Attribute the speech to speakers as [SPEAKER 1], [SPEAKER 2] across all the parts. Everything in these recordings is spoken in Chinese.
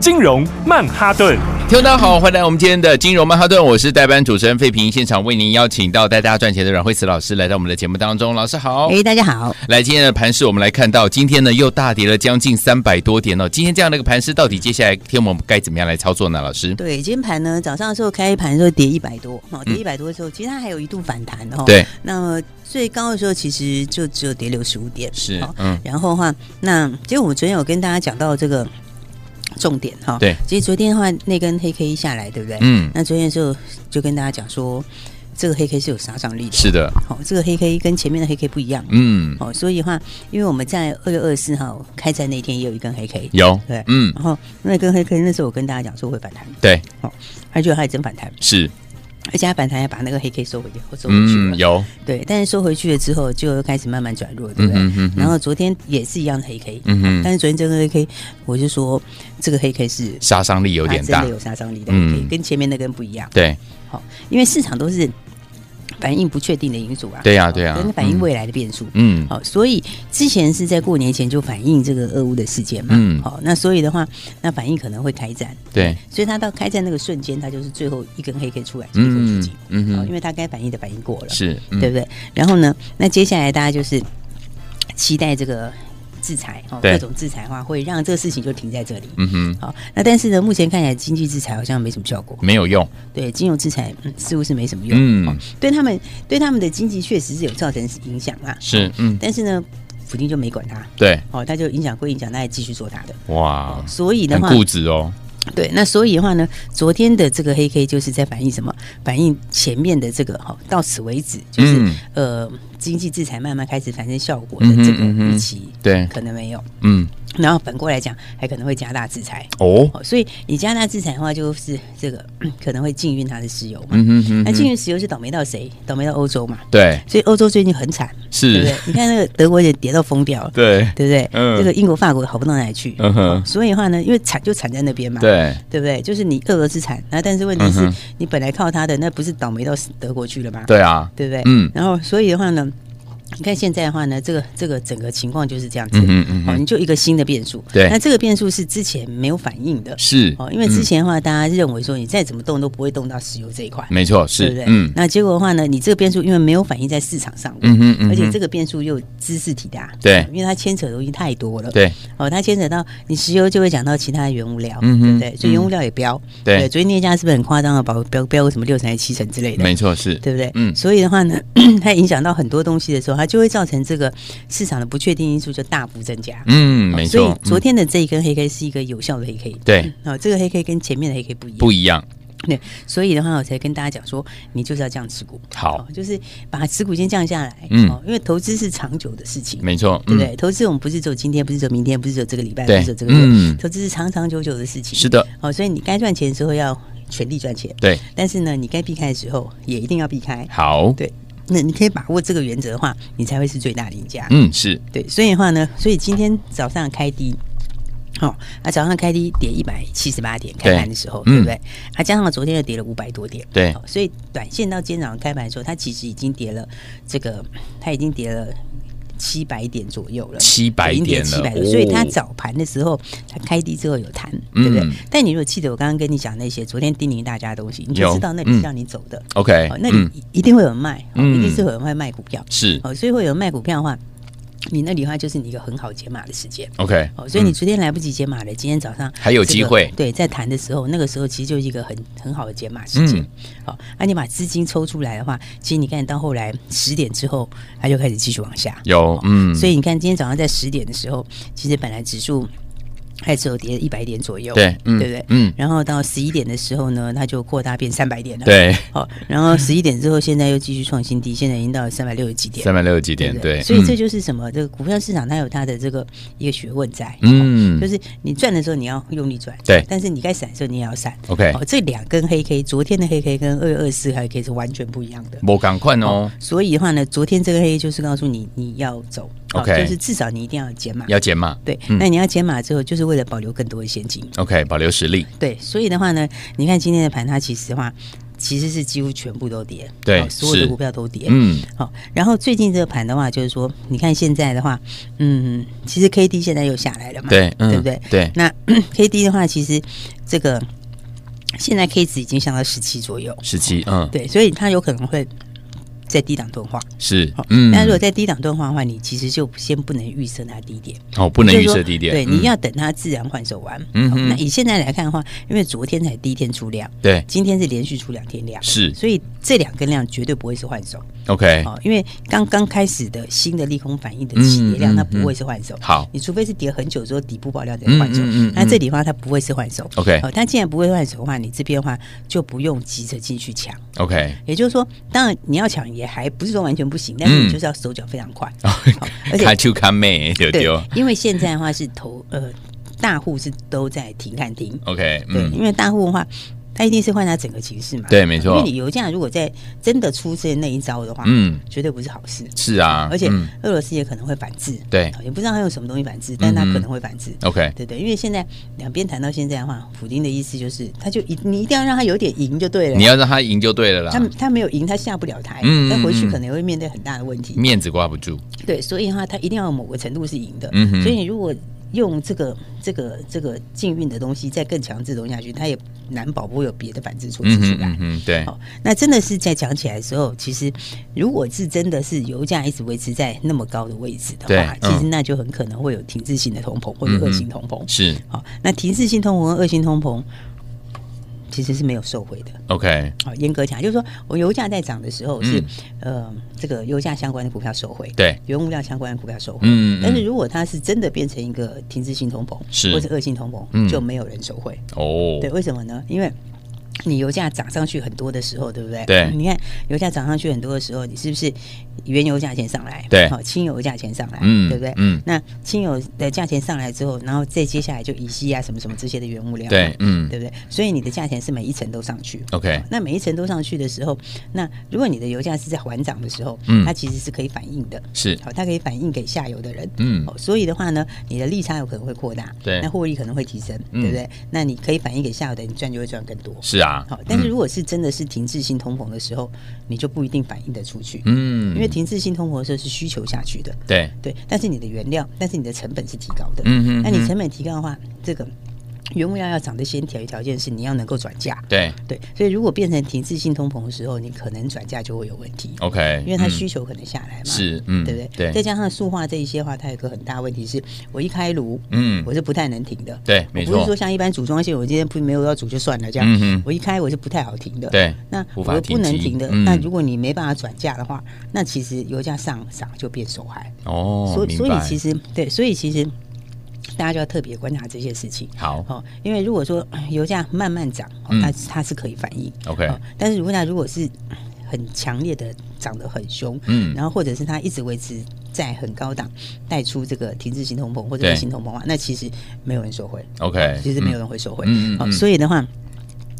[SPEAKER 1] 金融曼哈顿。
[SPEAKER 2] 听众大家好，欢迎来我们今天的金融曼哈顿，我是代班主持人费平，现场为您邀请到带大家赚钱的阮慧慈老师来到我们的节目当中，老师好。
[SPEAKER 3] 哎，大家好。
[SPEAKER 2] 来，今天的盘市我们来看到，今天呢又大跌了将近三百多点哦。今天这样的一个盘市，到底接下来天我们该怎么样来操作呢？老师，
[SPEAKER 3] 对，今天盘呢，早上的时候开盘的时候跌一百多，哦，跌一百多的时候，其实它还有一度反弹
[SPEAKER 2] 嗯
[SPEAKER 3] 哦。
[SPEAKER 2] 对，
[SPEAKER 3] 那么最高的时候其实就只有跌六十五点，
[SPEAKER 2] 是
[SPEAKER 3] 哦
[SPEAKER 2] 嗯
[SPEAKER 3] 然后的话，那其实我昨天有跟大家讲到这个重点哈，
[SPEAKER 2] 对，
[SPEAKER 3] 其实昨天的话那根黑 K 下来，对不对？
[SPEAKER 2] 嗯，
[SPEAKER 3] 那昨天的时候就跟大家讲说，这个黑 K 是有杀伤力的，
[SPEAKER 2] 是的，
[SPEAKER 3] 哦，这个黑 K 跟前面的黑 K 不一样，
[SPEAKER 2] 嗯，
[SPEAKER 3] 哦，所以的话，因为我们在二月二十四号开战那天也有一根黑 K，
[SPEAKER 2] 有，
[SPEAKER 3] 对
[SPEAKER 2] 嗯，
[SPEAKER 3] 然后那根黑 K 那时候我跟大家讲说会反弹，
[SPEAKER 2] 对，
[SPEAKER 3] 而且它也真反弹，
[SPEAKER 2] 是，
[SPEAKER 3] 而且它反弹还把那个黑 K 收回去，收回去
[SPEAKER 2] 嗯，
[SPEAKER 3] 了。
[SPEAKER 2] 有，
[SPEAKER 3] 对，但是收回去了之后，就开始慢慢转弱，
[SPEAKER 2] 嗯
[SPEAKER 3] 对不对？
[SPEAKER 2] 哼嗯
[SPEAKER 3] 然
[SPEAKER 2] 哼，
[SPEAKER 3] 后昨天也是一样的黑 K，、
[SPEAKER 2] 嗯哼，
[SPEAKER 3] 但是昨天这个黑 K，我就说这个黑 K 是
[SPEAKER 2] 杀伤力有
[SPEAKER 3] 它
[SPEAKER 2] 点
[SPEAKER 3] 真
[SPEAKER 2] 大
[SPEAKER 3] 的，有杀伤力的黑 K，、
[SPEAKER 2] 嗯
[SPEAKER 3] 跟前面那根不一样，
[SPEAKER 2] 对，
[SPEAKER 3] 因为市场都是反映不确定的因素啊，
[SPEAKER 2] 对呀对呀
[SPEAKER 3] 跟反映未来的变数。
[SPEAKER 2] 嗯，
[SPEAKER 3] 好，所以之前是在过年前就反映这个俄乌的事件嘛，
[SPEAKER 2] 嗯
[SPEAKER 3] 好，那所以的话，那反应可能会开战，
[SPEAKER 2] 对，
[SPEAKER 3] 所以它到开战那个瞬间，它就是最后一根黑 K 出来，就是最后一
[SPEAKER 2] 嗯
[SPEAKER 3] 击，哦
[SPEAKER 2] 嗯
[SPEAKER 3] 好因
[SPEAKER 2] 哼，
[SPEAKER 3] 为它该反应的反应过了，
[SPEAKER 2] 是，嗯
[SPEAKER 3] 对不对？然后呢，那接下来大家就是期待这个制裁哦，
[SPEAKER 2] 对
[SPEAKER 3] 各种制裁的话，会让这个事情就停在这里。
[SPEAKER 2] 嗯哼，
[SPEAKER 3] 好，那但是呢，目前看起来经济制裁好像没什么效果，
[SPEAKER 2] 没有用，
[SPEAKER 3] 对金融制裁、嗯、似乎是没什么用，
[SPEAKER 2] 嗯
[SPEAKER 3] 哦对他们对他们的经济确实是有造成影响啦，
[SPEAKER 2] 是，嗯，
[SPEAKER 3] 但是呢，普京就没管他，
[SPEAKER 2] 对，
[SPEAKER 3] 哦，他就影响归影响，他还继续做他的，
[SPEAKER 2] 哇，
[SPEAKER 3] 所以的
[SPEAKER 2] 很
[SPEAKER 3] 话，
[SPEAKER 2] 固执哦，
[SPEAKER 3] 对，那所以的话呢，昨天的这个黑 K 就是在反映什么？反映前面的这个哈，到此为止，就是、
[SPEAKER 2] 嗯
[SPEAKER 3] 呃，经济制裁慢慢开始产生效果的
[SPEAKER 2] 嗯哼
[SPEAKER 3] 这个
[SPEAKER 2] 嗯哼
[SPEAKER 3] 预期、
[SPEAKER 2] 对，
[SPEAKER 3] 可能没有，
[SPEAKER 2] 嗯，
[SPEAKER 3] 然后反过来讲，还可能会加大制裁。
[SPEAKER 2] 哦，
[SPEAKER 3] 哦，所以你加大制裁的话，就是这个 嗯可能会禁运它的石油嘛。
[SPEAKER 2] 嗯哼哼
[SPEAKER 3] 那禁
[SPEAKER 2] 哼，
[SPEAKER 3] 运石油是倒霉到谁？倒霉到欧洲嘛。
[SPEAKER 2] 对，
[SPEAKER 3] 所以欧洲最近很惨，对不
[SPEAKER 2] 是
[SPEAKER 3] 对，？你看那个德国也跌到疯掉了，
[SPEAKER 2] 对，
[SPEAKER 3] 对不对？
[SPEAKER 2] 嗯
[SPEAKER 3] 这个英国、法国好不到哪里去。
[SPEAKER 2] 嗯哼，
[SPEAKER 3] 所以的话呢，因为惨就惨在那边嘛。
[SPEAKER 2] 对，
[SPEAKER 3] 对不对？就是你俄罗斯产，那但是问题是、
[SPEAKER 2] 嗯哼
[SPEAKER 3] 你本来靠它的，那不是倒霉到德国去了吗？
[SPEAKER 2] 对啊，
[SPEAKER 3] 对不对？
[SPEAKER 2] 嗯
[SPEAKER 3] 然后所以的话呢，你看现在的话呢，这个这个整个情况就是这样子。
[SPEAKER 2] 嗯哼嗯
[SPEAKER 3] 哦，
[SPEAKER 2] 哼，
[SPEAKER 3] 你就一个新的变数。
[SPEAKER 2] 对
[SPEAKER 3] 那这个变数是之前没有反应的。
[SPEAKER 2] 是，嗯
[SPEAKER 3] 哦，因为之前的话，大家认为说你再怎么动都不会动到石油这一块
[SPEAKER 2] 嗯，没错，
[SPEAKER 3] 对
[SPEAKER 2] 是
[SPEAKER 3] 不对，？
[SPEAKER 2] 嗯
[SPEAKER 3] 那结果的话呢，你这个变数因为没有反映在市场上面，
[SPEAKER 2] 嗯哼嗯哼
[SPEAKER 3] 而且这个变数又知识体大，
[SPEAKER 2] 对
[SPEAKER 3] 哦因为它牵扯的东西太多了，
[SPEAKER 2] 对，
[SPEAKER 3] 哦，它牵扯到你石油就会讲到其他的原物料，
[SPEAKER 2] 嗯
[SPEAKER 3] 对
[SPEAKER 2] 哼
[SPEAKER 3] 不对？所以原物料也标，
[SPEAKER 2] 对
[SPEAKER 3] 昨天那家是不是很夸张的，标标标个什么六成还是七成之类的，
[SPEAKER 2] 没错，是，
[SPEAKER 3] 对不对？
[SPEAKER 2] 嗯
[SPEAKER 3] 所以的话呢， 它影响到很多东西的时候，它就会造成这个市场的不确定因素就大幅增加。
[SPEAKER 2] 嗯，没
[SPEAKER 3] 哦所
[SPEAKER 2] 错
[SPEAKER 3] 以，昨天的这一根黑 K 是一个有效的黑 K，
[SPEAKER 2] 对，
[SPEAKER 3] 哦，这个黑 K 跟前面的黑 K 不一样，
[SPEAKER 2] 不一样，
[SPEAKER 3] 对，所以的话我才跟大家讲说，你就是要这样持股，哦
[SPEAKER 2] 好，
[SPEAKER 3] 就是把持股先降下来，
[SPEAKER 2] 嗯
[SPEAKER 3] 哦，因为投资是长久的事情，
[SPEAKER 2] 没错，嗯
[SPEAKER 3] 对不对？投资我们不是走今天，不是走明天，不是走这个礼拜，不
[SPEAKER 2] 对
[SPEAKER 3] 是走这个月，
[SPEAKER 2] 嗯
[SPEAKER 3] 投资是长长久久的事情。
[SPEAKER 2] 是的，
[SPEAKER 3] 哦，所以你该赚钱的时候要全力赚钱，
[SPEAKER 2] 对，
[SPEAKER 3] 但是呢，你该避开的时候也一定要避开。
[SPEAKER 2] 好，
[SPEAKER 3] 对，那你可以把握这个原则的话，你才会是最大的赢家。
[SPEAKER 2] 嗯，是，
[SPEAKER 3] 对，所以的话呢，所以今天早上开低。好、哦，啊，早上开低跌一百七十八点，开
[SPEAKER 2] 对
[SPEAKER 3] 盘的时候，
[SPEAKER 2] 嗯
[SPEAKER 3] 对不对？啊，加上昨天又跌了五百多点，
[SPEAKER 2] 对
[SPEAKER 3] 哦所以短线到今天早上开盘的时候，它其实已经跌了，这个它已经跌了七百点左右了，
[SPEAKER 2] 700点了
[SPEAKER 3] 七百
[SPEAKER 2] 哦
[SPEAKER 3] 所以它早盘的时候，它开低之后有弹，
[SPEAKER 2] 嗯
[SPEAKER 3] 对不对？但你如果记得我刚刚跟你讲那些昨天叮咛大家的东西，你就
[SPEAKER 2] 有
[SPEAKER 3] 知道那里
[SPEAKER 2] 嗯
[SPEAKER 3] 是让你走的，
[SPEAKER 2] ，OK，
[SPEAKER 3] 哦，那里一定会有人卖，哦
[SPEAKER 2] 嗯
[SPEAKER 3] 一定是会有人会卖股票，
[SPEAKER 2] 是
[SPEAKER 3] 哦，所以会有人卖股票的话，你那里的话就是你一个很好解码的时间。
[SPEAKER 2] OK，
[SPEAKER 3] 哦，所以你
[SPEAKER 2] 嗯
[SPEAKER 3] 昨天来不及解码了，今天早上
[SPEAKER 2] 还有机会
[SPEAKER 3] 这个对，在谈的时候，那个时候其实就是一个很很好的解码时间
[SPEAKER 2] 嗯。
[SPEAKER 3] 好、哦，那、你把资金抽出来的话，其实你看到后来十点之后，它就开始继续往下。哦
[SPEAKER 2] 有，嗯，
[SPEAKER 3] 所
[SPEAKER 2] 以
[SPEAKER 3] 以你看今天早上在十点的时候，其实本来指数。它只有跌一百点左右，
[SPEAKER 2] 对嗯
[SPEAKER 3] 对不对？
[SPEAKER 2] 嗯
[SPEAKER 3] 然后到十一点的时候呢，它就扩大变三百点了，。
[SPEAKER 2] 对，
[SPEAKER 3] 好，然后十一点之后，现在又继续创新低，现在已经到了三百六十几点了
[SPEAKER 2] 三。百六十几
[SPEAKER 3] 对
[SPEAKER 2] 点，
[SPEAKER 3] 不
[SPEAKER 2] 对，
[SPEAKER 3] 所以这就是什么？这个股票市场它有它的这个一个学问在，
[SPEAKER 2] 嗯
[SPEAKER 3] 哦就是你赚的时候你要用力赚，
[SPEAKER 2] 对
[SPEAKER 3] 但是你该闪的时候你也要闪。
[SPEAKER 2] OK
[SPEAKER 3] 哦，这两根黑 K，昨天的黑 K 跟二月二四还可以是完全不一样的。
[SPEAKER 2] 我赶快哦，
[SPEAKER 3] 所以的话呢，昨天这个黑就是告诉你你要走哦
[SPEAKER 2] OK
[SPEAKER 3] 就是至少你一定要减码。
[SPEAKER 2] 要减码，
[SPEAKER 3] 对，
[SPEAKER 2] 嗯
[SPEAKER 3] 那你要减码之后，就是为了保留更多的现金。
[SPEAKER 2] ，OK，保留实力，
[SPEAKER 3] 对，所以的话呢，你看今天的盘，它其实的话其实是几乎全部都跌，
[SPEAKER 2] 对
[SPEAKER 3] 哦所有
[SPEAKER 2] 是
[SPEAKER 3] 的股票都跌，
[SPEAKER 2] 嗯，
[SPEAKER 3] 好，然后最近这个盘的话，就是说，你看现在的话，嗯，其实 K D 现在又下来了嘛，
[SPEAKER 2] 对，嗯
[SPEAKER 3] 对不对？
[SPEAKER 2] 对，
[SPEAKER 3] 那 K D 的话，其实这个现在 K 值已经上到十七左右，
[SPEAKER 2] 十七，嗯，
[SPEAKER 3] 对，所以它有可能会在低档钝化。
[SPEAKER 2] 是
[SPEAKER 3] 好，
[SPEAKER 2] 嗯，
[SPEAKER 3] 哦但如果在低档钝化的话，你其实就先不能预测它低点，
[SPEAKER 2] 哦，不能
[SPEAKER 3] 就是
[SPEAKER 2] 预
[SPEAKER 3] 说
[SPEAKER 2] 设低点，
[SPEAKER 3] 对，
[SPEAKER 2] 嗯
[SPEAKER 3] 你要等它自然换手完。
[SPEAKER 2] 嗯
[SPEAKER 3] 好
[SPEAKER 2] 哼
[SPEAKER 3] 那以现在来看的话，因为昨天才第一天出量，
[SPEAKER 2] 对
[SPEAKER 3] 今天是连续出两天量，
[SPEAKER 2] 是
[SPEAKER 3] 所以这两根量绝对不会是换手。
[SPEAKER 2] ，OK，
[SPEAKER 3] 哦，因为刚刚开始的新的利空反应的起跌
[SPEAKER 2] 嗯
[SPEAKER 3] 量，
[SPEAKER 2] 嗯
[SPEAKER 3] 它不会是换手。
[SPEAKER 2] 好
[SPEAKER 3] 你除非是跌很久之后底部爆量再
[SPEAKER 2] 嗯
[SPEAKER 3] 换手
[SPEAKER 2] 嗯嗯嗯，
[SPEAKER 3] 那这里的话它不会是换手。
[SPEAKER 2] OK
[SPEAKER 3] 哦，它既然不会换手的话，你这边的话就不用急着进去抢。
[SPEAKER 2] ，OK，
[SPEAKER 3] 也就是说，当然你要抢也还不是说完全不行，但是
[SPEAKER 2] 嗯
[SPEAKER 3] 你就是要手脚非 常快。好而
[SPEAKER 2] 看
[SPEAKER 3] 且
[SPEAKER 2] 就看妹丢
[SPEAKER 3] 对
[SPEAKER 2] 丢，
[SPEAKER 3] 因为现在的话是投呃大户是都在停看停，
[SPEAKER 2] ，OK，
[SPEAKER 3] 对，
[SPEAKER 2] 嗯，
[SPEAKER 3] 因为大户的话，它一定是换它整个情势嘛。
[SPEAKER 2] 对没错
[SPEAKER 3] 因为你油价如果在真的出现那一招的话，
[SPEAKER 2] 嗯，
[SPEAKER 3] 绝对不是好事。
[SPEAKER 2] 是啊，
[SPEAKER 3] 而且
[SPEAKER 2] 嗯
[SPEAKER 3] 俄罗斯也可能会反制，
[SPEAKER 2] 对
[SPEAKER 3] 也不知道他用什么东西反制，但他
[SPEAKER 2] 嗯哼
[SPEAKER 3] 可能会反制。
[SPEAKER 2] ，OK，
[SPEAKER 3] 对对，因为现在两边谈到现在的话，普丁的意思就是，他就一你一定要让他有点赢就对了。啊
[SPEAKER 2] 你要让他赢就对了
[SPEAKER 3] 他
[SPEAKER 2] 啦，
[SPEAKER 3] 他没有赢，他下不了台，
[SPEAKER 2] 嗯
[SPEAKER 3] 但回去
[SPEAKER 2] 嗯嗯
[SPEAKER 3] 可能会面对很大的问题。
[SPEAKER 2] 面子挂不住，
[SPEAKER 3] 对，所以的话，他一定要有某个程度是赢的。
[SPEAKER 2] 嗯哼
[SPEAKER 3] 所以你如果用这个这个这个禁运的东西再更强制融下去，他也难保不会有别的反制措施
[SPEAKER 2] 嗯
[SPEAKER 3] 出
[SPEAKER 2] 哼
[SPEAKER 3] 来。
[SPEAKER 2] 嗯哼，对，
[SPEAKER 3] 啊好，那真的是在讲起来的时候，其实如果是真的是油价一直维持在那么高的位置的
[SPEAKER 2] 对
[SPEAKER 3] 话，
[SPEAKER 2] 嗯
[SPEAKER 3] 其实那就很可能会有停滞性的通膨或者
[SPEAKER 2] 嗯哼
[SPEAKER 3] 恶性通膨。
[SPEAKER 2] 是
[SPEAKER 3] 好，那停滞性通膨和恶性通膨其实是没有受惠的。
[SPEAKER 2] ，OK，
[SPEAKER 3] 好，严格讲，就是说我油价在涨的时候是、
[SPEAKER 2] 嗯
[SPEAKER 3] 呃这个油价相关的股票受惠，
[SPEAKER 2] 对，
[SPEAKER 3] 原物料相关的股票受惠。
[SPEAKER 2] 嗯嗯
[SPEAKER 3] 但是如果它是真的变成一个停滞性通膨，
[SPEAKER 2] 是
[SPEAKER 3] 或是恶性通膨，
[SPEAKER 2] 嗯
[SPEAKER 3] 就没有人受惠。
[SPEAKER 2] 哦，
[SPEAKER 3] 对，为什么呢？因为你油价涨上去很多的时候，对不对？
[SPEAKER 2] 对
[SPEAKER 3] 你看油价涨上去很多的时候，你是不是原油价钱上来？
[SPEAKER 2] 对
[SPEAKER 3] 好，轻油价钱上来，
[SPEAKER 2] 嗯
[SPEAKER 3] 对不对？
[SPEAKER 2] 嗯
[SPEAKER 3] 那轻油的价钱上来之后，然后再接下来就乙烯啊什么什么这些的原物料，
[SPEAKER 2] 对嗯
[SPEAKER 3] 对不对？所以你的价钱是每一层都上去。
[SPEAKER 2] ，OK，
[SPEAKER 3] 那每一层都上去的时候，那如果你的油价是在缓涨的时候，
[SPEAKER 2] 嗯
[SPEAKER 3] 它其实是可以反映的，
[SPEAKER 2] 是
[SPEAKER 3] 好，它可以反映给下游的人，
[SPEAKER 2] 嗯
[SPEAKER 3] 哦，所以的话呢，你的利差有可能会扩大，
[SPEAKER 2] 对
[SPEAKER 3] 那获利可能会提升，
[SPEAKER 2] 嗯
[SPEAKER 3] 对不对？那你可以反映给下游的人，你赚就会赚更多。
[SPEAKER 2] 是啊，
[SPEAKER 3] 好，但
[SPEAKER 2] 嗯
[SPEAKER 3] 是如果是真的是停滞性通膨的时候，你就不一定反映得出去，
[SPEAKER 2] 嗯
[SPEAKER 3] 因为停滞性通膨的时候是需求下去的，
[SPEAKER 2] 对
[SPEAKER 3] 对，但是你的原料，但是你的成本是提高的，
[SPEAKER 2] 嗯哼
[SPEAKER 3] 那你
[SPEAKER 2] 嗯
[SPEAKER 3] 成本提高的话，这个原物料要涨的先条条件是你要能够转嫁，
[SPEAKER 2] 对
[SPEAKER 3] 对，所以如果变成停滞性通膨的时候，你可能转嫁就会有问题，
[SPEAKER 2] ，OK，
[SPEAKER 3] 因为它
[SPEAKER 2] 嗯
[SPEAKER 3] 需求可能下来嘛，
[SPEAKER 2] 是嗯
[SPEAKER 3] 对不对？
[SPEAKER 2] 对
[SPEAKER 3] 再加上塑化这一些话，它有个很大问题是，我一开炉，
[SPEAKER 2] 嗯
[SPEAKER 3] 我是不太能停的。
[SPEAKER 2] 对没错
[SPEAKER 3] 我不是说像一般组装线，我今天不没有要煮就算了这样，
[SPEAKER 2] 嗯哼
[SPEAKER 3] 我一开我是不太好停的。
[SPEAKER 2] 对
[SPEAKER 3] 那
[SPEAKER 2] 无
[SPEAKER 3] 我
[SPEAKER 2] 法
[SPEAKER 3] 又
[SPEAKER 2] 停
[SPEAKER 3] 不能
[SPEAKER 2] 机
[SPEAKER 3] 停的，
[SPEAKER 2] 嗯
[SPEAKER 3] 那如果你没办法转嫁的话，那其实油价上涨就变受害。
[SPEAKER 2] 哦，
[SPEAKER 3] 所以
[SPEAKER 2] 明
[SPEAKER 3] 所以
[SPEAKER 2] 白
[SPEAKER 3] 其实对，所以其实大家就要特别观察这些事情。
[SPEAKER 2] 好
[SPEAKER 3] 哦，因为如果说呃油价慢慢涨，哦
[SPEAKER 2] 嗯
[SPEAKER 3] 它它是可以反应。
[SPEAKER 2] OK
[SPEAKER 3] 哦但是如果它如果是很强烈的涨得很凶，
[SPEAKER 2] 嗯
[SPEAKER 3] 然后或者是它一直维持在很高档，带出这个停滞性通膨或者
[SPEAKER 2] 对
[SPEAKER 3] 是性通膨啊，那其实没有人收回。
[SPEAKER 2] OK，
[SPEAKER 3] 其实没有
[SPEAKER 2] 嗯
[SPEAKER 3] 人会收回。
[SPEAKER 2] 嗯嗯嗯
[SPEAKER 3] 所以的话，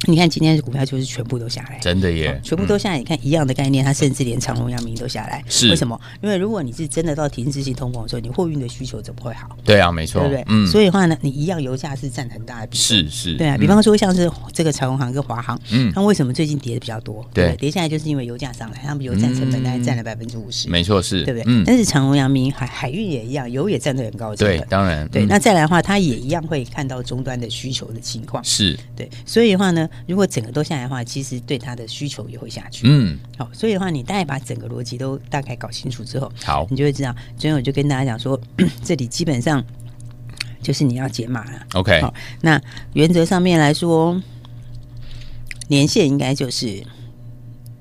[SPEAKER 3] 你看今天的股票就是全部都下来。
[SPEAKER 2] 真的耶，嗯
[SPEAKER 3] 全部都下来。你看一样的概念，它甚至连长隆、阳明都下来。
[SPEAKER 2] 是
[SPEAKER 3] 为什么？因为如果你是真的到停滞性通膨的时候，你货运的需求怎么会好？
[SPEAKER 2] 对啊，没错，
[SPEAKER 3] 对不对？
[SPEAKER 2] 嗯，
[SPEAKER 3] 所以的话呢，你一样油价是占很大的比重。
[SPEAKER 2] 是是，
[SPEAKER 3] 对啊，
[SPEAKER 2] 嗯
[SPEAKER 3] 比方说像是这个长荣航跟华航，
[SPEAKER 2] 嗯
[SPEAKER 3] 那为什么最近跌的比较多？
[SPEAKER 2] 对
[SPEAKER 3] 不跌下来就是因为油价上来，他们油占成本大概占了百分之五十，
[SPEAKER 2] 没错是，
[SPEAKER 3] 对不对？
[SPEAKER 2] 嗯，
[SPEAKER 3] 但是长荣、阳明海海运也一样，油也占得很高的成
[SPEAKER 2] 对
[SPEAKER 3] 本，。
[SPEAKER 2] 当然，
[SPEAKER 3] 对，
[SPEAKER 2] 嗯
[SPEAKER 3] 那再来的话，它也一样会看到终端的需求的情况。
[SPEAKER 2] 是，
[SPEAKER 3] 对，所以的话呢，如果整个都下来的话，其实对它的需求也会下去。
[SPEAKER 2] 嗯，
[SPEAKER 3] 好，所以的话，你大概把整个逻辑都大概搞清楚之后，
[SPEAKER 2] 好
[SPEAKER 3] 你就会知道。昨天我就跟大家讲说， 这里基本上就是你要解码了。
[SPEAKER 2] ，OK，
[SPEAKER 3] 好，那原则上面来说，年限应该就是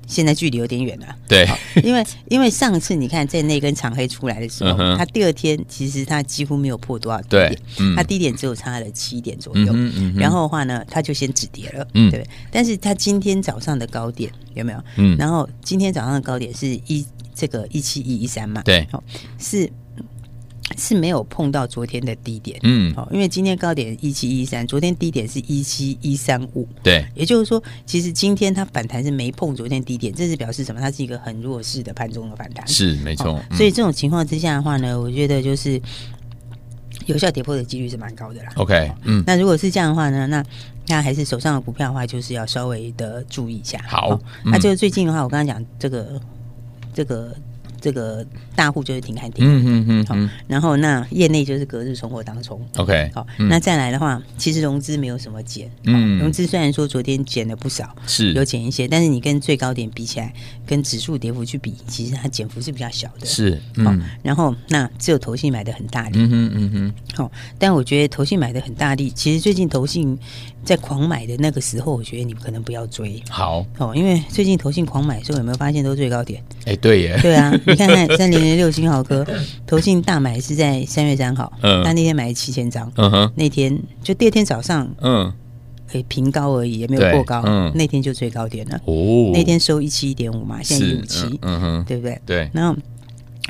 [SPEAKER 3] 现在距离有点远了，
[SPEAKER 2] 对，
[SPEAKER 3] 因为因为上次你看在那根长黑出来的时候
[SPEAKER 2] 嗯，哼
[SPEAKER 3] 它第二天其实它几乎没有破多少低
[SPEAKER 2] 对
[SPEAKER 3] 点
[SPEAKER 2] 嗯，
[SPEAKER 3] 它低点只有差了七点左
[SPEAKER 2] 嗯
[SPEAKER 3] 右
[SPEAKER 2] 哼嗯哼，
[SPEAKER 3] 然后的话呢，它就先止跌了，
[SPEAKER 2] 嗯
[SPEAKER 3] 对不对。但是它今天早上的高点有没有？
[SPEAKER 2] 嗯
[SPEAKER 3] 然后今天早上的高点是一这个一七一一三嘛，
[SPEAKER 2] 对
[SPEAKER 3] 哦，是是没有碰到昨天的低点，
[SPEAKER 2] 嗯
[SPEAKER 3] 好，因为今天高点一七一三，昨天低点是一七一三五，
[SPEAKER 2] 对，
[SPEAKER 3] 也就是说，其实今天它反弹是没碰昨天低点，这是表示什么？它是一个很弱势的盘中的反弹。
[SPEAKER 2] 是没错
[SPEAKER 3] 哦，
[SPEAKER 2] 嗯
[SPEAKER 3] 所以这种情况之下的话呢，我觉得就是有效跌破的几率是蛮高的啦。
[SPEAKER 2] OK，嗯，
[SPEAKER 3] 那如果是这样的话呢，那那还是手上的股票的话，就是要稍微的注意一下。
[SPEAKER 2] 好嗯
[SPEAKER 3] 那就是最近的话，我刚刚讲这个这个这个大户就是停看停，
[SPEAKER 2] 嗯嗯嗯
[SPEAKER 3] 好、
[SPEAKER 2] 嗯
[SPEAKER 3] 然后那业内就是隔日冲或当冲。
[SPEAKER 2] ，OK，
[SPEAKER 3] 好、
[SPEAKER 2] 嗯
[SPEAKER 3] 那再来的话，其实融资没有什么减，
[SPEAKER 2] 嗯
[SPEAKER 3] 融资虽然说昨天减了不少，
[SPEAKER 2] 是
[SPEAKER 3] 有减一些，但是你跟最高点比起来，跟指数跌幅去比，其实它减幅是比较小的。
[SPEAKER 2] 是，
[SPEAKER 3] 好、
[SPEAKER 2] 嗯
[SPEAKER 3] 然后那只有投信买的很大力，
[SPEAKER 2] 嗯哼嗯哼，
[SPEAKER 3] 好、但我觉得投信买的很大力，其实最近投信在狂买的那个时候，我觉得你可能不要追。
[SPEAKER 2] 好，
[SPEAKER 3] 哦，因为最近投信狂买，所以有没有发现都是最 高点？
[SPEAKER 2] 哎，对耶，
[SPEAKER 3] 对啊，你看看三零零六金豪科，投信大买是在三月三号，
[SPEAKER 2] 嗯
[SPEAKER 3] 他那天买了七千张，
[SPEAKER 2] 嗯哼，
[SPEAKER 3] 那天就第二天早上，
[SPEAKER 2] 嗯，
[SPEAKER 3] 诶、平高而已，也没
[SPEAKER 2] 对
[SPEAKER 3] 有过高，
[SPEAKER 2] 嗯
[SPEAKER 3] 那天就最高点了。
[SPEAKER 2] 哦，
[SPEAKER 3] 那天收一七一点五嘛，现在一
[SPEAKER 2] 是
[SPEAKER 3] 五七，
[SPEAKER 2] 嗯嗯哼，
[SPEAKER 3] 对不对？
[SPEAKER 2] 对，
[SPEAKER 3] 然后，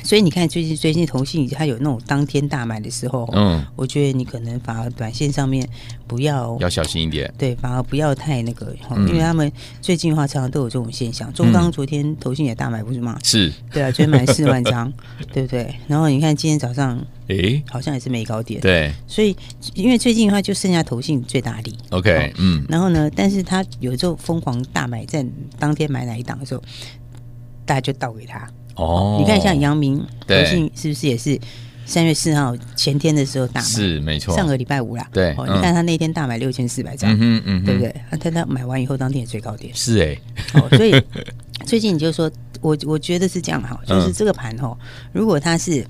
[SPEAKER 3] 所以你看最近最近投信它有那种当天大买的时候，
[SPEAKER 2] 嗯，
[SPEAKER 3] 我觉得你可能反而短线上面不要。
[SPEAKER 2] 要小心一点，
[SPEAKER 3] 对，反而不要太那个，哦
[SPEAKER 2] 嗯
[SPEAKER 3] 因为他们最近的话常常都有这种现象。中钢昨天投信也大买，不是 吗？
[SPEAKER 2] 是，
[SPEAKER 3] 对啊，昨天买四万张， 对不对？然后你看今天早上
[SPEAKER 2] 诶，
[SPEAKER 3] 好像也是没高点，
[SPEAKER 2] 对
[SPEAKER 3] 所以因为最近的话就剩下投信最大力，
[SPEAKER 2] ，OK，嗯，
[SPEAKER 3] 然后呢，但是他有时候疯狂大买，在当天买哪一档的时候，大家就倒给他。
[SPEAKER 2] 哦，
[SPEAKER 3] 你看像杨明投
[SPEAKER 2] 对
[SPEAKER 3] 信是不是也是三月四号前天的时候大买？
[SPEAKER 2] 是没错，
[SPEAKER 3] 上个礼拜五啦。
[SPEAKER 2] 对
[SPEAKER 3] 哦，
[SPEAKER 2] 嗯
[SPEAKER 3] 你看他那天大买六千四百张
[SPEAKER 2] 嗯，哼嗯哼，。
[SPEAKER 3] 对不对？啊他他买完以后当天也最高点
[SPEAKER 2] 是哎，
[SPEAKER 3] 哦，所以最近你就说，我我觉得是这样哈，
[SPEAKER 2] 嗯
[SPEAKER 3] 就是这个盘哦，如果它是。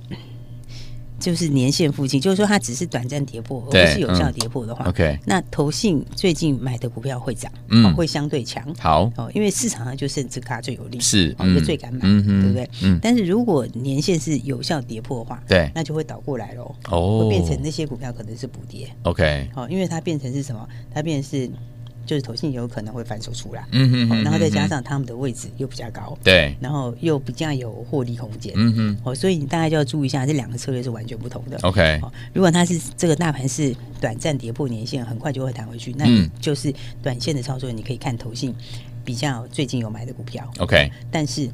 [SPEAKER 3] 就是年线附近，就是说它只是短暂跌破，而
[SPEAKER 2] 对嗯
[SPEAKER 3] 不是有效跌破的话、
[SPEAKER 2] ，OK，
[SPEAKER 3] 那投信最近买的股票会涨，
[SPEAKER 2] 嗯
[SPEAKER 3] 哦会相对强。
[SPEAKER 2] 好，
[SPEAKER 3] 哦，因为市场上就剩这咖最有利，
[SPEAKER 2] 是
[SPEAKER 3] 哦，就
[SPEAKER 2] 嗯
[SPEAKER 3] 最敢买，
[SPEAKER 2] 嗯哼
[SPEAKER 3] 对不对？
[SPEAKER 2] 嗯
[SPEAKER 3] 但是如果年限是有效跌破的话，
[SPEAKER 2] 对
[SPEAKER 3] 那就会倒过来喽，
[SPEAKER 2] 哦
[SPEAKER 3] 会变成那些股票可能是补跌，
[SPEAKER 2] ，OK，
[SPEAKER 3] 哦，因为它变成是什么？它变成是就是投信有可能会反手出来，
[SPEAKER 2] 嗯哼嗯
[SPEAKER 3] 哦
[SPEAKER 2] 哼，
[SPEAKER 3] 然后再加
[SPEAKER 2] 嗯
[SPEAKER 3] 上他们的位置又比较高，
[SPEAKER 2] 对，
[SPEAKER 3] 然后又比较有获利空间，
[SPEAKER 2] 嗯哼
[SPEAKER 3] 哦，所以你大概就要注意一下，这两个策略是完全不同的。
[SPEAKER 2] ，OK，
[SPEAKER 3] 哦，如果它是这个大盘是短暂跌破年线，很快就会弹回去，那你
[SPEAKER 2] 嗯
[SPEAKER 3] 就是短线的操作，你可以看投信比较最近有买的股票。
[SPEAKER 2] OK
[SPEAKER 3] 但是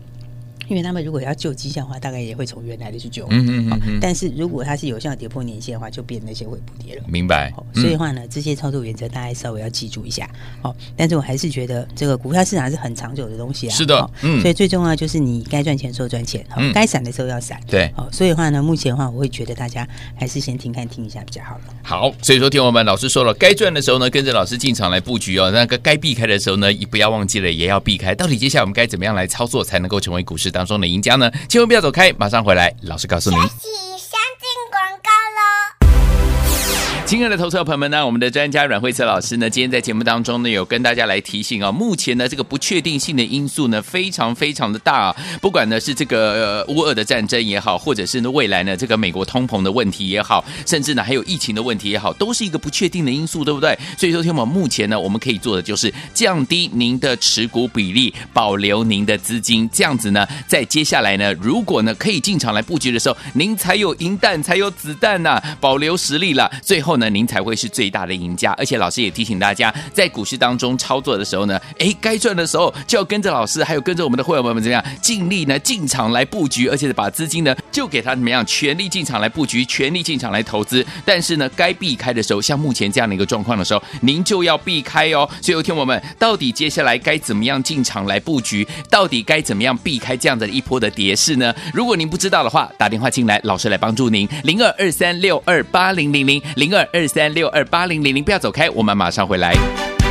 [SPEAKER 3] 因为他们如果要救绩效的话，大概也会从原来的去救。
[SPEAKER 2] 嗯哼嗯哼
[SPEAKER 3] 哦但是如果它是有效跌破年线的话，就变那些会补跌了。
[SPEAKER 2] 明白嗯
[SPEAKER 3] 哦，所以的话呢，这些操作原则大家稍微要记住一下哦。但是我还是觉得这个股票市场是很长久的东西啊。
[SPEAKER 2] 是的
[SPEAKER 3] 哦
[SPEAKER 2] 嗯
[SPEAKER 3] 所以最重要就是你该赚钱的时候赚钱，哦
[SPEAKER 2] 嗯
[SPEAKER 3] 该闪的时候要闪。
[SPEAKER 2] 对
[SPEAKER 3] 哦，所以的话呢，目前的话，我会觉得大家还是先听看听一下比较好了。
[SPEAKER 2] 好，所以说听我们老师说了，该赚的时候呢，跟着老师进场来布局哦；那个该避开的时候呢，也不要忘记了，也要避开。到底接下来我们该怎么样来操作，才能够成为股市当中的赢家呢？千万不要走开，马上回来，老师告诉您。
[SPEAKER 4] 起相进广告喽。
[SPEAKER 2] 亲爱的投资者朋友们呢，我们的专家阮慧慈老师呢，今天在节目当中呢，有跟大家来提醒啊、目前呢这个不确定性的因素呢，非常非常的大、啊，不管呢是这个呃乌俄的战争也好，或者是呢未来呢这个美国通膨的问题也好，甚至呢还有疫情的问题也好，都是一个不确定的因素，对不对？所以说，听我们目前呢，我们可以做的就是降低您的持股比例，保留您的资金，这样子呢，在接下来呢，如果呢可以进场来布局的时候，您才有银弹，才有子弹呐、保留实力啦，最后呢，您才会是最大的赢家。而且老师也提醒大家，在股市当中操作的时候呢，诶，该赚的时候就要跟着老师，还有跟着我们的会员朋友们怎么样，尽力呢进场来布局，而且把资金呢就给他怎么样，全力进场来布局，全力进场来投资。但是呢，该避开的时候，像目前这样的一个状况的时候，您就要避开哦。所以，有听我们到底接下来该怎么样进场来布局？到底该怎么样避开这样的一波的跌势呢？如果您不知道的话，打电话进来，老师来帮助您。零二二三六二八零零零零二二三六二八零零零，不要走开，我们马上回来。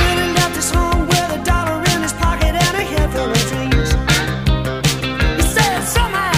[SPEAKER 5] Running out this home with a dollar in his pocket and a head full of dreams. He said somehow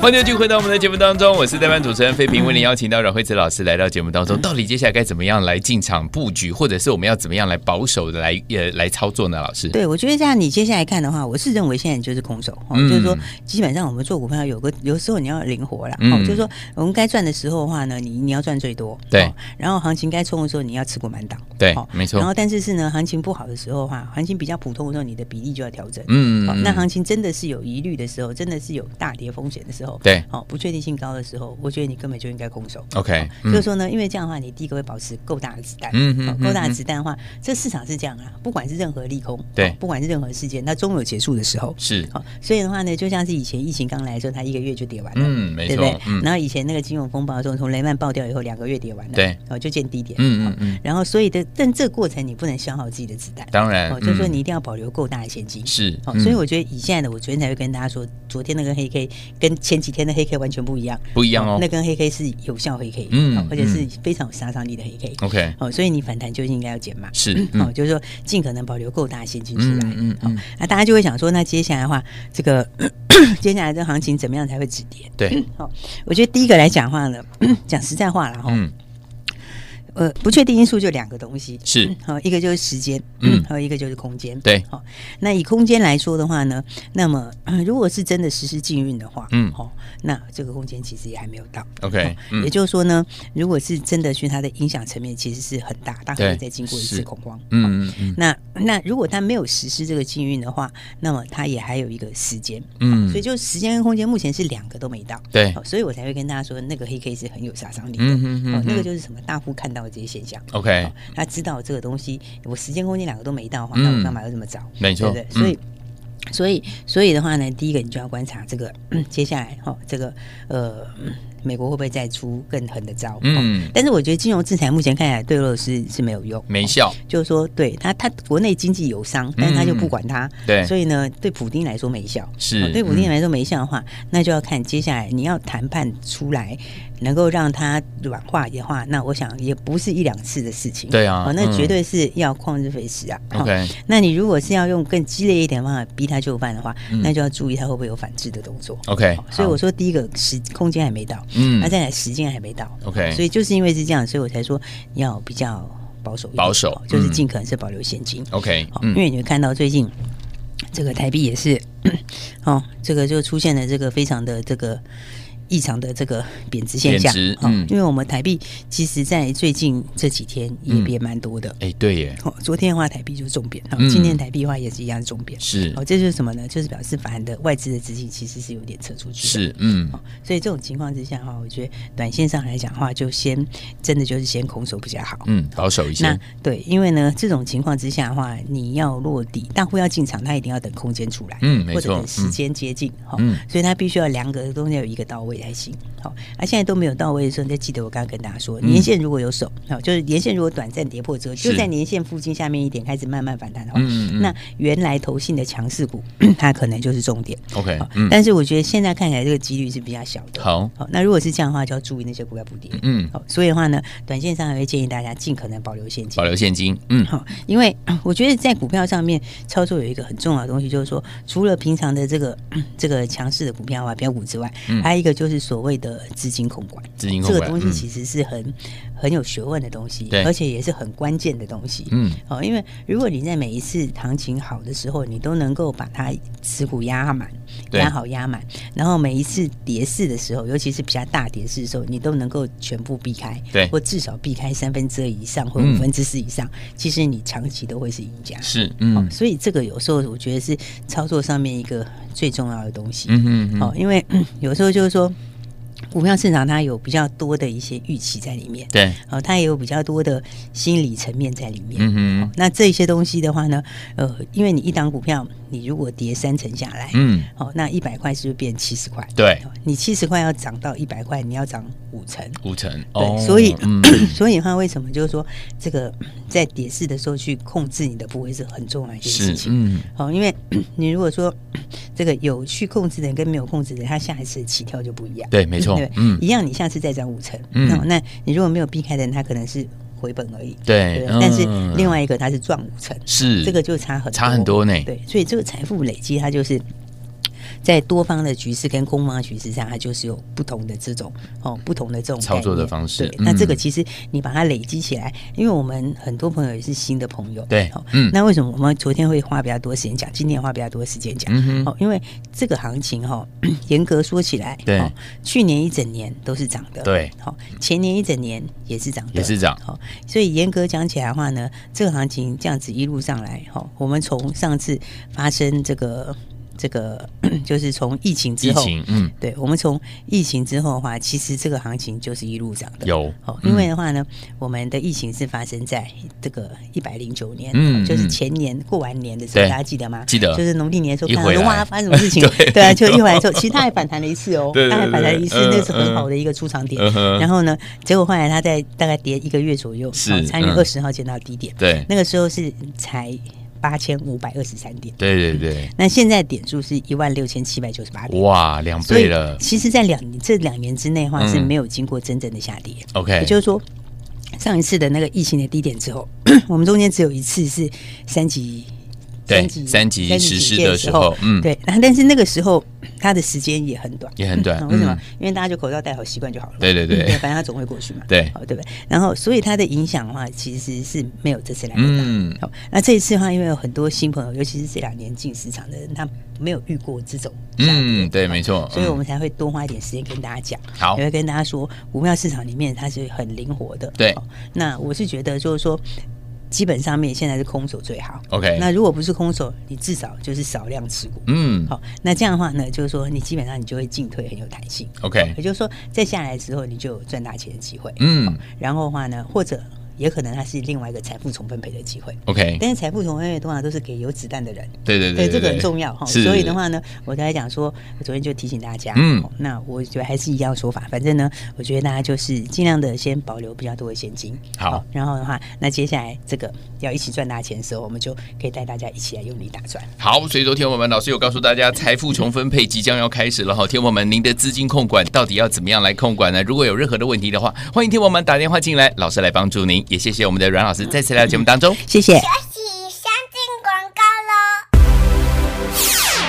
[SPEAKER 2] 欢迎继续回到我们的节目当中，我是代班主持人费平，为您邀请到阮慧慈老师来到节目当中。到底接下来该怎么样来进场布局，或者是我们要怎么样来保守的来呃来操作呢？老师，
[SPEAKER 3] 对，我觉得像你接下来看的话，我是认为现在就是空手，哦
[SPEAKER 2] 嗯
[SPEAKER 3] 就是说基本上我们做股票有个有时候你要灵活啦，
[SPEAKER 2] 嗯
[SPEAKER 3] 哦，就是说我们该赚的时候的话呢，你你要赚最多，
[SPEAKER 2] 对
[SPEAKER 3] 哦然后行情该冲的时候你要持股满档，
[SPEAKER 2] 对
[SPEAKER 3] 哦
[SPEAKER 2] 没错
[SPEAKER 3] 然后但是是呢，行情不好的时候的话，行情比较普通的时候，你的比例就要调整，
[SPEAKER 2] 嗯
[SPEAKER 3] 好，那行情真的是有疑虑的时候，真的是有大跌风险的时候，
[SPEAKER 2] 对
[SPEAKER 3] 好、不确定性高的时候，我觉得你根本就应该空手。
[SPEAKER 2] OK，嗯
[SPEAKER 3] 就是说呢，因为这样的话，你第一个会保持够大的子弹，
[SPEAKER 2] 嗯哼
[SPEAKER 3] 好
[SPEAKER 2] 嗯
[SPEAKER 3] 够大
[SPEAKER 2] 哼
[SPEAKER 3] 的子弹的话，这市场是这样啊，不管是任何利空，哦
[SPEAKER 2] 对
[SPEAKER 3] 好不管是任何事件，它终有结束的时候，
[SPEAKER 2] 是，
[SPEAKER 3] 好，所以的话呢，就像是以前疫情刚来的时候，它一个月就跌完了，
[SPEAKER 2] 嗯，没
[SPEAKER 3] 对不
[SPEAKER 2] 错
[SPEAKER 3] 对，？
[SPEAKER 2] 嗯
[SPEAKER 3] 然后以前那个金融风暴的时候，从雷曼爆掉以后，两个月跌完了，
[SPEAKER 2] 对，
[SPEAKER 3] 哦，就见低点，
[SPEAKER 2] 嗯
[SPEAKER 3] 好
[SPEAKER 2] 嗯嗯，
[SPEAKER 3] 然后所以的，但这个过程你不能消耗自己的子弹，
[SPEAKER 2] 当然，
[SPEAKER 3] 哦，就是说
[SPEAKER 2] 嗯
[SPEAKER 3] 你一定要保留够大的现金，
[SPEAKER 2] 是
[SPEAKER 3] 哦，
[SPEAKER 2] 嗯
[SPEAKER 3] 所以我觉得以现在的，我昨天才会跟大家说，昨天那个黑 K 跟前几天的黑 K 完全不一样，
[SPEAKER 2] 不一样哦
[SPEAKER 3] 那根黑 K 是有效黑 K，
[SPEAKER 2] 嗯
[SPEAKER 3] 哦而且是非常有杀伤力的黑 K，
[SPEAKER 2] OK
[SPEAKER 3] 哦，所以你反弹就应该要减码，
[SPEAKER 2] 是嗯
[SPEAKER 3] 哦，就是说尽可能保留够大的现金出来，
[SPEAKER 2] 嗯嗯嗯
[SPEAKER 3] 哦，那大家就会想说，那接下来的话，这个接下来这行情怎么样才会止跌？
[SPEAKER 2] 嗯对，
[SPEAKER 3] 哦，我觉得第一个来讲话呢，讲实在话了哦哈，
[SPEAKER 2] 嗯
[SPEAKER 3] 呃，不确定因素就两个东西，嗯
[SPEAKER 2] 是
[SPEAKER 3] 好，一个就是时间，
[SPEAKER 2] 嗯
[SPEAKER 3] 嗯，还有一个就是空间，
[SPEAKER 2] 对
[SPEAKER 3] 好，那以空间来说的话呢，那么呃如果是真的实施禁运的话，
[SPEAKER 2] 嗯
[SPEAKER 3] 好，那这个空间其实也还没有到。
[SPEAKER 2] OK，
[SPEAKER 3] 好
[SPEAKER 2] 嗯
[SPEAKER 3] 也就是说呢，如果是真的去它的影响层面，其实是很大，大概
[SPEAKER 2] 对
[SPEAKER 3] 也在经过一
[SPEAKER 2] 是
[SPEAKER 3] 次恐慌。好，
[SPEAKER 2] 嗯嗯嗯
[SPEAKER 3] 那那如果它没有实施这个禁运的话，那么它也还有一个时间，
[SPEAKER 2] 嗯
[SPEAKER 3] 好所以就时间跟空间目前是两个都没到，
[SPEAKER 2] 对
[SPEAKER 3] 好所以我才会跟大家说那个黑 K 是很有杀伤力的，
[SPEAKER 2] 嗯嗯
[SPEAKER 3] 哦
[SPEAKER 2] 嗯，
[SPEAKER 3] 那个就是什么大户看到的这些现象，
[SPEAKER 2] OK，
[SPEAKER 3] 哦他知道这个东西，我时间空间两个都没到的话，
[SPEAKER 2] 嗯
[SPEAKER 3] 那我干嘛要这么早？
[SPEAKER 2] 没错
[SPEAKER 3] 对不
[SPEAKER 2] 嗯
[SPEAKER 3] 对？所以。所以，所以的话呢，第一个你就要观察这个接下来哈、哦，这个呃，嗯美国会不会再出更狠的招？哦
[SPEAKER 2] 嗯，
[SPEAKER 3] 但是我觉得金融制裁目前看起来对俄罗斯是没有用，
[SPEAKER 2] 没
[SPEAKER 3] 哦
[SPEAKER 2] 效，
[SPEAKER 3] 就是说，对他，他国内经济有伤，但是他就不管他，
[SPEAKER 2] 嗯对
[SPEAKER 3] 所以呢，对普丁来说没效，
[SPEAKER 2] 是
[SPEAKER 3] 哦对普
[SPEAKER 2] 嗯
[SPEAKER 3] 丁来说没效的话，那就要看接下来你要谈判出来，能够让他软化的话，那我想也不是一两次的事情，
[SPEAKER 2] 对啊
[SPEAKER 3] 哦，那
[SPEAKER 2] 嗯
[SPEAKER 3] 绝对是要旷日费时啊。哦
[SPEAKER 2] OK
[SPEAKER 3] 那你如果是要用更激烈一点的方法逼他就范的话，
[SPEAKER 2] 嗯
[SPEAKER 3] 那就要注意他会不会有反制的动作。
[SPEAKER 2] OK，
[SPEAKER 3] 哦所以我
[SPEAKER 2] 好
[SPEAKER 3] 说第一个时空间还没到，
[SPEAKER 2] 嗯
[SPEAKER 3] 那再来时间还没到
[SPEAKER 2] OK
[SPEAKER 3] 所以就是因为是这样，所以我才说要比较保守一点，
[SPEAKER 2] 保守
[SPEAKER 3] 哦就是
[SPEAKER 2] 嗯
[SPEAKER 3] 尽可能是保留现金，
[SPEAKER 2] OK，
[SPEAKER 3] 好、
[SPEAKER 2] 嗯
[SPEAKER 3] 哦因为你会看到最近这个台币也是， 哦，这个就出现了这个非常的这个。异常的这个贬值现
[SPEAKER 2] 贬
[SPEAKER 3] 象，
[SPEAKER 2] 值
[SPEAKER 3] 哦
[SPEAKER 2] 嗯
[SPEAKER 3] 因为我们台币其实，在最近这几天也
[SPEAKER 2] 嗯
[SPEAKER 3] 贬蛮多的。
[SPEAKER 2] 哎，对耶，
[SPEAKER 3] 哦，昨天的话台币就是重贬，哦
[SPEAKER 2] 嗯
[SPEAKER 3] 今天台币的话也是一样重贬。
[SPEAKER 2] 是
[SPEAKER 3] 哦，这就是什么呢？就是表示反的外资的资金其实是有点撤出去的。
[SPEAKER 2] 是，嗯
[SPEAKER 3] 哦，所以这种情况之下的话，我觉得短线上来讲的话，就先真的就是先空手比较好。
[SPEAKER 2] 嗯，保守一
[SPEAKER 3] 那
[SPEAKER 2] 些，
[SPEAKER 3] 对，因为呢，这种情况之下的话，你要落地，大户要进场，他一定要等空间出来，
[SPEAKER 2] 嗯没
[SPEAKER 3] 或者
[SPEAKER 2] 错
[SPEAKER 3] 等时间接近，哈、
[SPEAKER 2] 嗯
[SPEAKER 3] 所以他必须要两个东西要有一个到位才行，好、而现在都没有到位的时候，你再记得我刚刚跟大家说，年线如果有手，好、就是年线如果短暂跌破之后，
[SPEAKER 2] 嗯是
[SPEAKER 3] 就在年线附近下面一点开始慢慢反弹的话，
[SPEAKER 2] 嗯嗯嗯
[SPEAKER 3] 那原来投信的强势股， 它可能就是重点，
[SPEAKER 2] OK，
[SPEAKER 3] 好
[SPEAKER 2] 嗯
[SPEAKER 3] 但是我觉得现在看起来这个几率是比较小的。
[SPEAKER 2] 好
[SPEAKER 3] 好，那如果是这样的话，就要注意那些股票不跌。
[SPEAKER 2] 嗯，
[SPEAKER 3] 好，所以的话呢，短线上还会建议大家尽可能保留现金
[SPEAKER 2] 保。留现金，嗯
[SPEAKER 3] 好，因为 我觉得在股票上面操作有一个很重要的东西，就是说，除了平常的这个 这个强势的股票啊、标股之外，
[SPEAKER 2] 嗯
[SPEAKER 3] 还有一个就是所谓的资金控管。
[SPEAKER 2] 资金控
[SPEAKER 3] 这
[SPEAKER 2] 管
[SPEAKER 3] 个东
[SPEAKER 2] 嗯
[SPEAKER 3] 西其实是很、很有学问的东西
[SPEAKER 2] 对，
[SPEAKER 3] 而且也是很关键的东西。
[SPEAKER 2] 嗯，
[SPEAKER 3] 哦，因为如果你在每一次行情好的时候，你都能够把它持股压满、
[SPEAKER 2] 对
[SPEAKER 3] 压好、压满，然后每一次跌势的时候，尤其是比较大跌势的时候，你都能够全部避开，
[SPEAKER 2] 对
[SPEAKER 3] 或至少避开三分之二以上或
[SPEAKER 2] 嗯
[SPEAKER 3] 五分之四以上，其实你长期都会是赢家。
[SPEAKER 2] 是，
[SPEAKER 3] 哦
[SPEAKER 2] 嗯，
[SPEAKER 3] 所以这个有时候我觉得是操作上面一个最重要的东西。
[SPEAKER 2] 嗯嗯嗯，
[SPEAKER 3] 哦，因为 嗯有时候就是说，股票市场它有比较多的一些预期在里面，
[SPEAKER 2] 对，
[SPEAKER 3] 哦，它也有比较多的心理层面在里面。
[SPEAKER 2] 嗯哼，
[SPEAKER 3] 那这些东西的话呢，呃，因为你一档股票，你如果跌三成下来，
[SPEAKER 2] 嗯，
[SPEAKER 3] 哦，那一百块是不是变七十块？
[SPEAKER 2] 对，
[SPEAKER 3] 哦你七十块要涨到一百块，你要涨五成。
[SPEAKER 2] 五成，
[SPEAKER 3] 对，
[SPEAKER 2] 哦，
[SPEAKER 3] 所以、
[SPEAKER 2] 嗯
[SPEAKER 3] 所以的话，为什么就是说这个在跌势的时候去控制你的部位是很重要的一件事
[SPEAKER 2] 是，
[SPEAKER 3] 情。
[SPEAKER 2] 嗯，
[SPEAKER 3] 哦，因为 你如果说这个有去控制的人跟没有控制的人，他下一次起跳就不一样。
[SPEAKER 2] 对，没错
[SPEAKER 3] 对，不对，
[SPEAKER 2] 嗯
[SPEAKER 3] 一，样，你下次再涨五成，
[SPEAKER 2] 嗯
[SPEAKER 3] 哦那你如果没有避开的人，他可能是回本而已，
[SPEAKER 2] 对
[SPEAKER 3] 不但是
[SPEAKER 2] 嗯
[SPEAKER 3] 另外一个他是赚五成，
[SPEAKER 2] 是
[SPEAKER 3] 这个就差很
[SPEAKER 2] 差很多呢
[SPEAKER 3] 对，所以这个财富累积它就是。在多方的局势跟空方的局势上，它就是有不同的这种哦不同的这种
[SPEAKER 2] 操作的
[SPEAKER 3] 概念
[SPEAKER 2] 方式
[SPEAKER 3] 对，那这个
[SPEAKER 2] 嗯
[SPEAKER 3] 其实你把它累积起来，因为我们很多朋友也是新的朋友，
[SPEAKER 2] 对
[SPEAKER 3] 哦
[SPEAKER 2] 嗯
[SPEAKER 3] 那为什么我们昨天会花比较多时间讲，今天花比较多时间讲？
[SPEAKER 2] 嗯哼，
[SPEAKER 3] 哦，因为这个行情哈、 哦，严格说起来，
[SPEAKER 2] 对
[SPEAKER 3] 哦，去年一整年都是涨的，
[SPEAKER 2] 对，
[SPEAKER 3] 好、前年一整年也是涨的，
[SPEAKER 2] 也是涨
[SPEAKER 3] 好、所以严格讲起来的话呢，这个行情这样子一路上来，哈、我们从上次发生这个这个， 就是从疫情之
[SPEAKER 2] 疫
[SPEAKER 3] 后，
[SPEAKER 2] 情，嗯，
[SPEAKER 3] 对，我们从疫情之后的话，其实这个行情就是一路涨的，
[SPEAKER 2] 有
[SPEAKER 3] 哦，
[SPEAKER 2] 嗯
[SPEAKER 3] 因为的话呢，我们的疫情是发生在这个一百零九年，
[SPEAKER 2] 嗯
[SPEAKER 3] 哦就是
[SPEAKER 2] 嗯
[SPEAKER 3] 前年过完年的时候，
[SPEAKER 2] 对
[SPEAKER 3] 大家记得吗？
[SPEAKER 2] 记得
[SPEAKER 3] 就是农历年的时候，
[SPEAKER 2] 一
[SPEAKER 3] 看
[SPEAKER 2] 回
[SPEAKER 3] 到
[SPEAKER 2] 来
[SPEAKER 3] 说哇，发生什么事情？
[SPEAKER 2] 对
[SPEAKER 3] 对啊，就一回来之后，其实它还反弹了一次哦，
[SPEAKER 2] 对对
[SPEAKER 3] 它还反弹了
[SPEAKER 2] 对
[SPEAKER 3] 一次，
[SPEAKER 2] 嗯
[SPEAKER 3] 那是很
[SPEAKER 2] 嗯
[SPEAKER 3] 好的一个出场点
[SPEAKER 2] 嗯。哼
[SPEAKER 3] 然后呢，结果后来它在大概跌一个月左右，
[SPEAKER 2] 是
[SPEAKER 3] 哦三月
[SPEAKER 2] 嗯
[SPEAKER 3] 二十号见到低点，
[SPEAKER 2] 对，
[SPEAKER 3] 那个时候是才八千五百二十三点，
[SPEAKER 2] 对对
[SPEAKER 3] 那现在点数是一万六千七百九十八点
[SPEAKER 2] 对，。哇，两
[SPEAKER 3] 嗯所
[SPEAKER 2] 倍
[SPEAKER 3] 以
[SPEAKER 2] 了
[SPEAKER 3] 其实，在两这两年之内的话，
[SPEAKER 2] 嗯
[SPEAKER 3] 是没有经过真正的下跌。
[SPEAKER 2] ，OK，
[SPEAKER 3] 也就是说，上一次的那个疫情的低点之后， 我们中间只有一次是三级。
[SPEAKER 2] 对三级实施的时候嗯
[SPEAKER 3] 对，然后但是那个时候它的时间也很短，
[SPEAKER 2] 也很短
[SPEAKER 3] 嗯为什么？
[SPEAKER 2] 嗯
[SPEAKER 3] 因为大家就口罩戴好习惯就好了嘛。
[SPEAKER 2] 对对对
[SPEAKER 3] 嗯反正它总会过去嘛。
[SPEAKER 2] 对
[SPEAKER 3] 好，对不对？然后，所以它的影响的话，其实是没有这次来的大。
[SPEAKER 2] 嗯，
[SPEAKER 3] 好，那这一次的话，因为有很多新朋友，尤其是这两年进市场的人，他没有遇过这种下跌
[SPEAKER 2] 嗯，对，没错，
[SPEAKER 3] 所以
[SPEAKER 2] 嗯
[SPEAKER 3] 我们才会多花一点时间跟大家讲，
[SPEAKER 2] 好
[SPEAKER 3] 也会跟大家说，股票市场里面它是很灵活的。
[SPEAKER 2] 对
[SPEAKER 3] 哦那我是觉得就是说，基本上面现在是空手最好。
[SPEAKER 2] OK，
[SPEAKER 3] 那如果不是空手，你至少就是少量持股。
[SPEAKER 2] 嗯
[SPEAKER 3] 好、那这样的话呢，就是说你基本上你就会进退很有弹性，
[SPEAKER 2] ，OK，
[SPEAKER 3] 也就是说再下来之后你就有赚大钱的机会。
[SPEAKER 2] 嗯
[SPEAKER 3] 然后的话呢，或者也可能它是另外一个财富重分配的机会。
[SPEAKER 2] ，OK，
[SPEAKER 3] 但是财富重分配通常都是给有子弹的人。
[SPEAKER 2] 对对对，
[SPEAKER 3] 对，哎这个很重要哈。
[SPEAKER 2] 是
[SPEAKER 3] 所以的，话呢，我才讲说，我昨天就提醒大家，
[SPEAKER 2] 嗯
[SPEAKER 3] 嗯，那我觉得还是一样说法，反正呢，我觉得大家就是尽量的先保留比较多的现金，
[SPEAKER 2] 好
[SPEAKER 3] 然后的话，那接下来这个要一起赚大钱的时候，我们就可以带大家一起来用力打转。
[SPEAKER 2] 好，所以昨天我们老师有告诉大家，财富重分配即将要开始了哈。天王们，您的资金控管到底要怎么样来控管呢？如果有任何的问题的话，欢迎天王们打电话进来，老师来帮助您。也谢谢我们的阮老师再次来到节目当中。
[SPEAKER 3] 谢谢。
[SPEAKER 4] 是相进广告喽。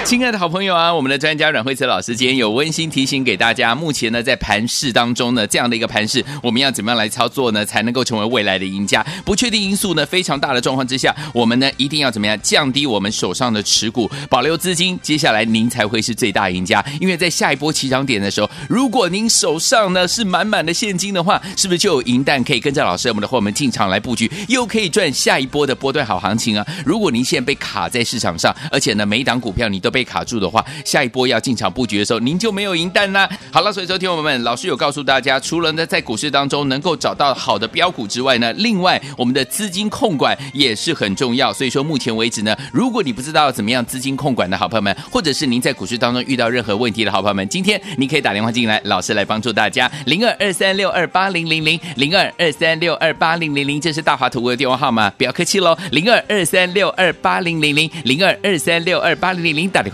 [SPEAKER 2] 亲爱的好朋友啊，我们的专家阮慧慈老师今天有温馨提醒给大家，目前呢在盘市当中呢，这样的一个盘市，我们要怎么样来操作呢，才能够成为未来的赢家？不确定因素呢非常大的状况之下，我们呢一定要怎么样降低我们手上的持股，保留资金，接下来您才会是最大赢家。因为在下一波起涨点的时候，如果您手上呢是满满的现金的话，是不是就有银弹可以跟着老师我们的伙伴们进场来布局，又可以赚下一波的波段好行情啊？如果您现在被卡在市场上，而且呢每一档股票你都被卡住的话，下一波要进场布局的时候，您就没有银弹啦。好了，所以昨天我们老师有告诉大家，除了呢在股市当中能够找到好的标股之外呢，另外我们的资金控管也是很重要。所以说目前为止呢，如果你不知道怎么样资金控管的好朋友们，或者是您在股市当中遇到任何问题的好朋友们，今天你可以打电话进来，老师来帮助大家。零二二三六二八零零零零二二三六二八零零零，这是大华图的电话号码，不要客气喽。零二二三六二八零零零零二二三六二八零零零，打电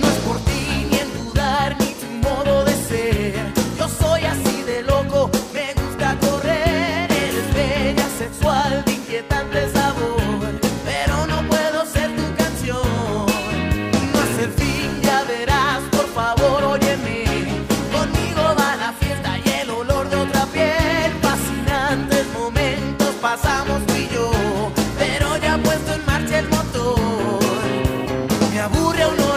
[SPEAKER 5] No es por ti ni el dudar ni tu modo de ser. Yo soy así de loco, me gusta correr. Eres bella, sexual, de inquietante sabor. Pero no puedo ser tu canción. No es el fin, ya verás, por favor, óyeme. Conmigo va la fiesta y el olor de otra piel. Fascinantes momentos pasamos tú y yo. Pero ya ha puesto en marcha el motor. Me aburre uno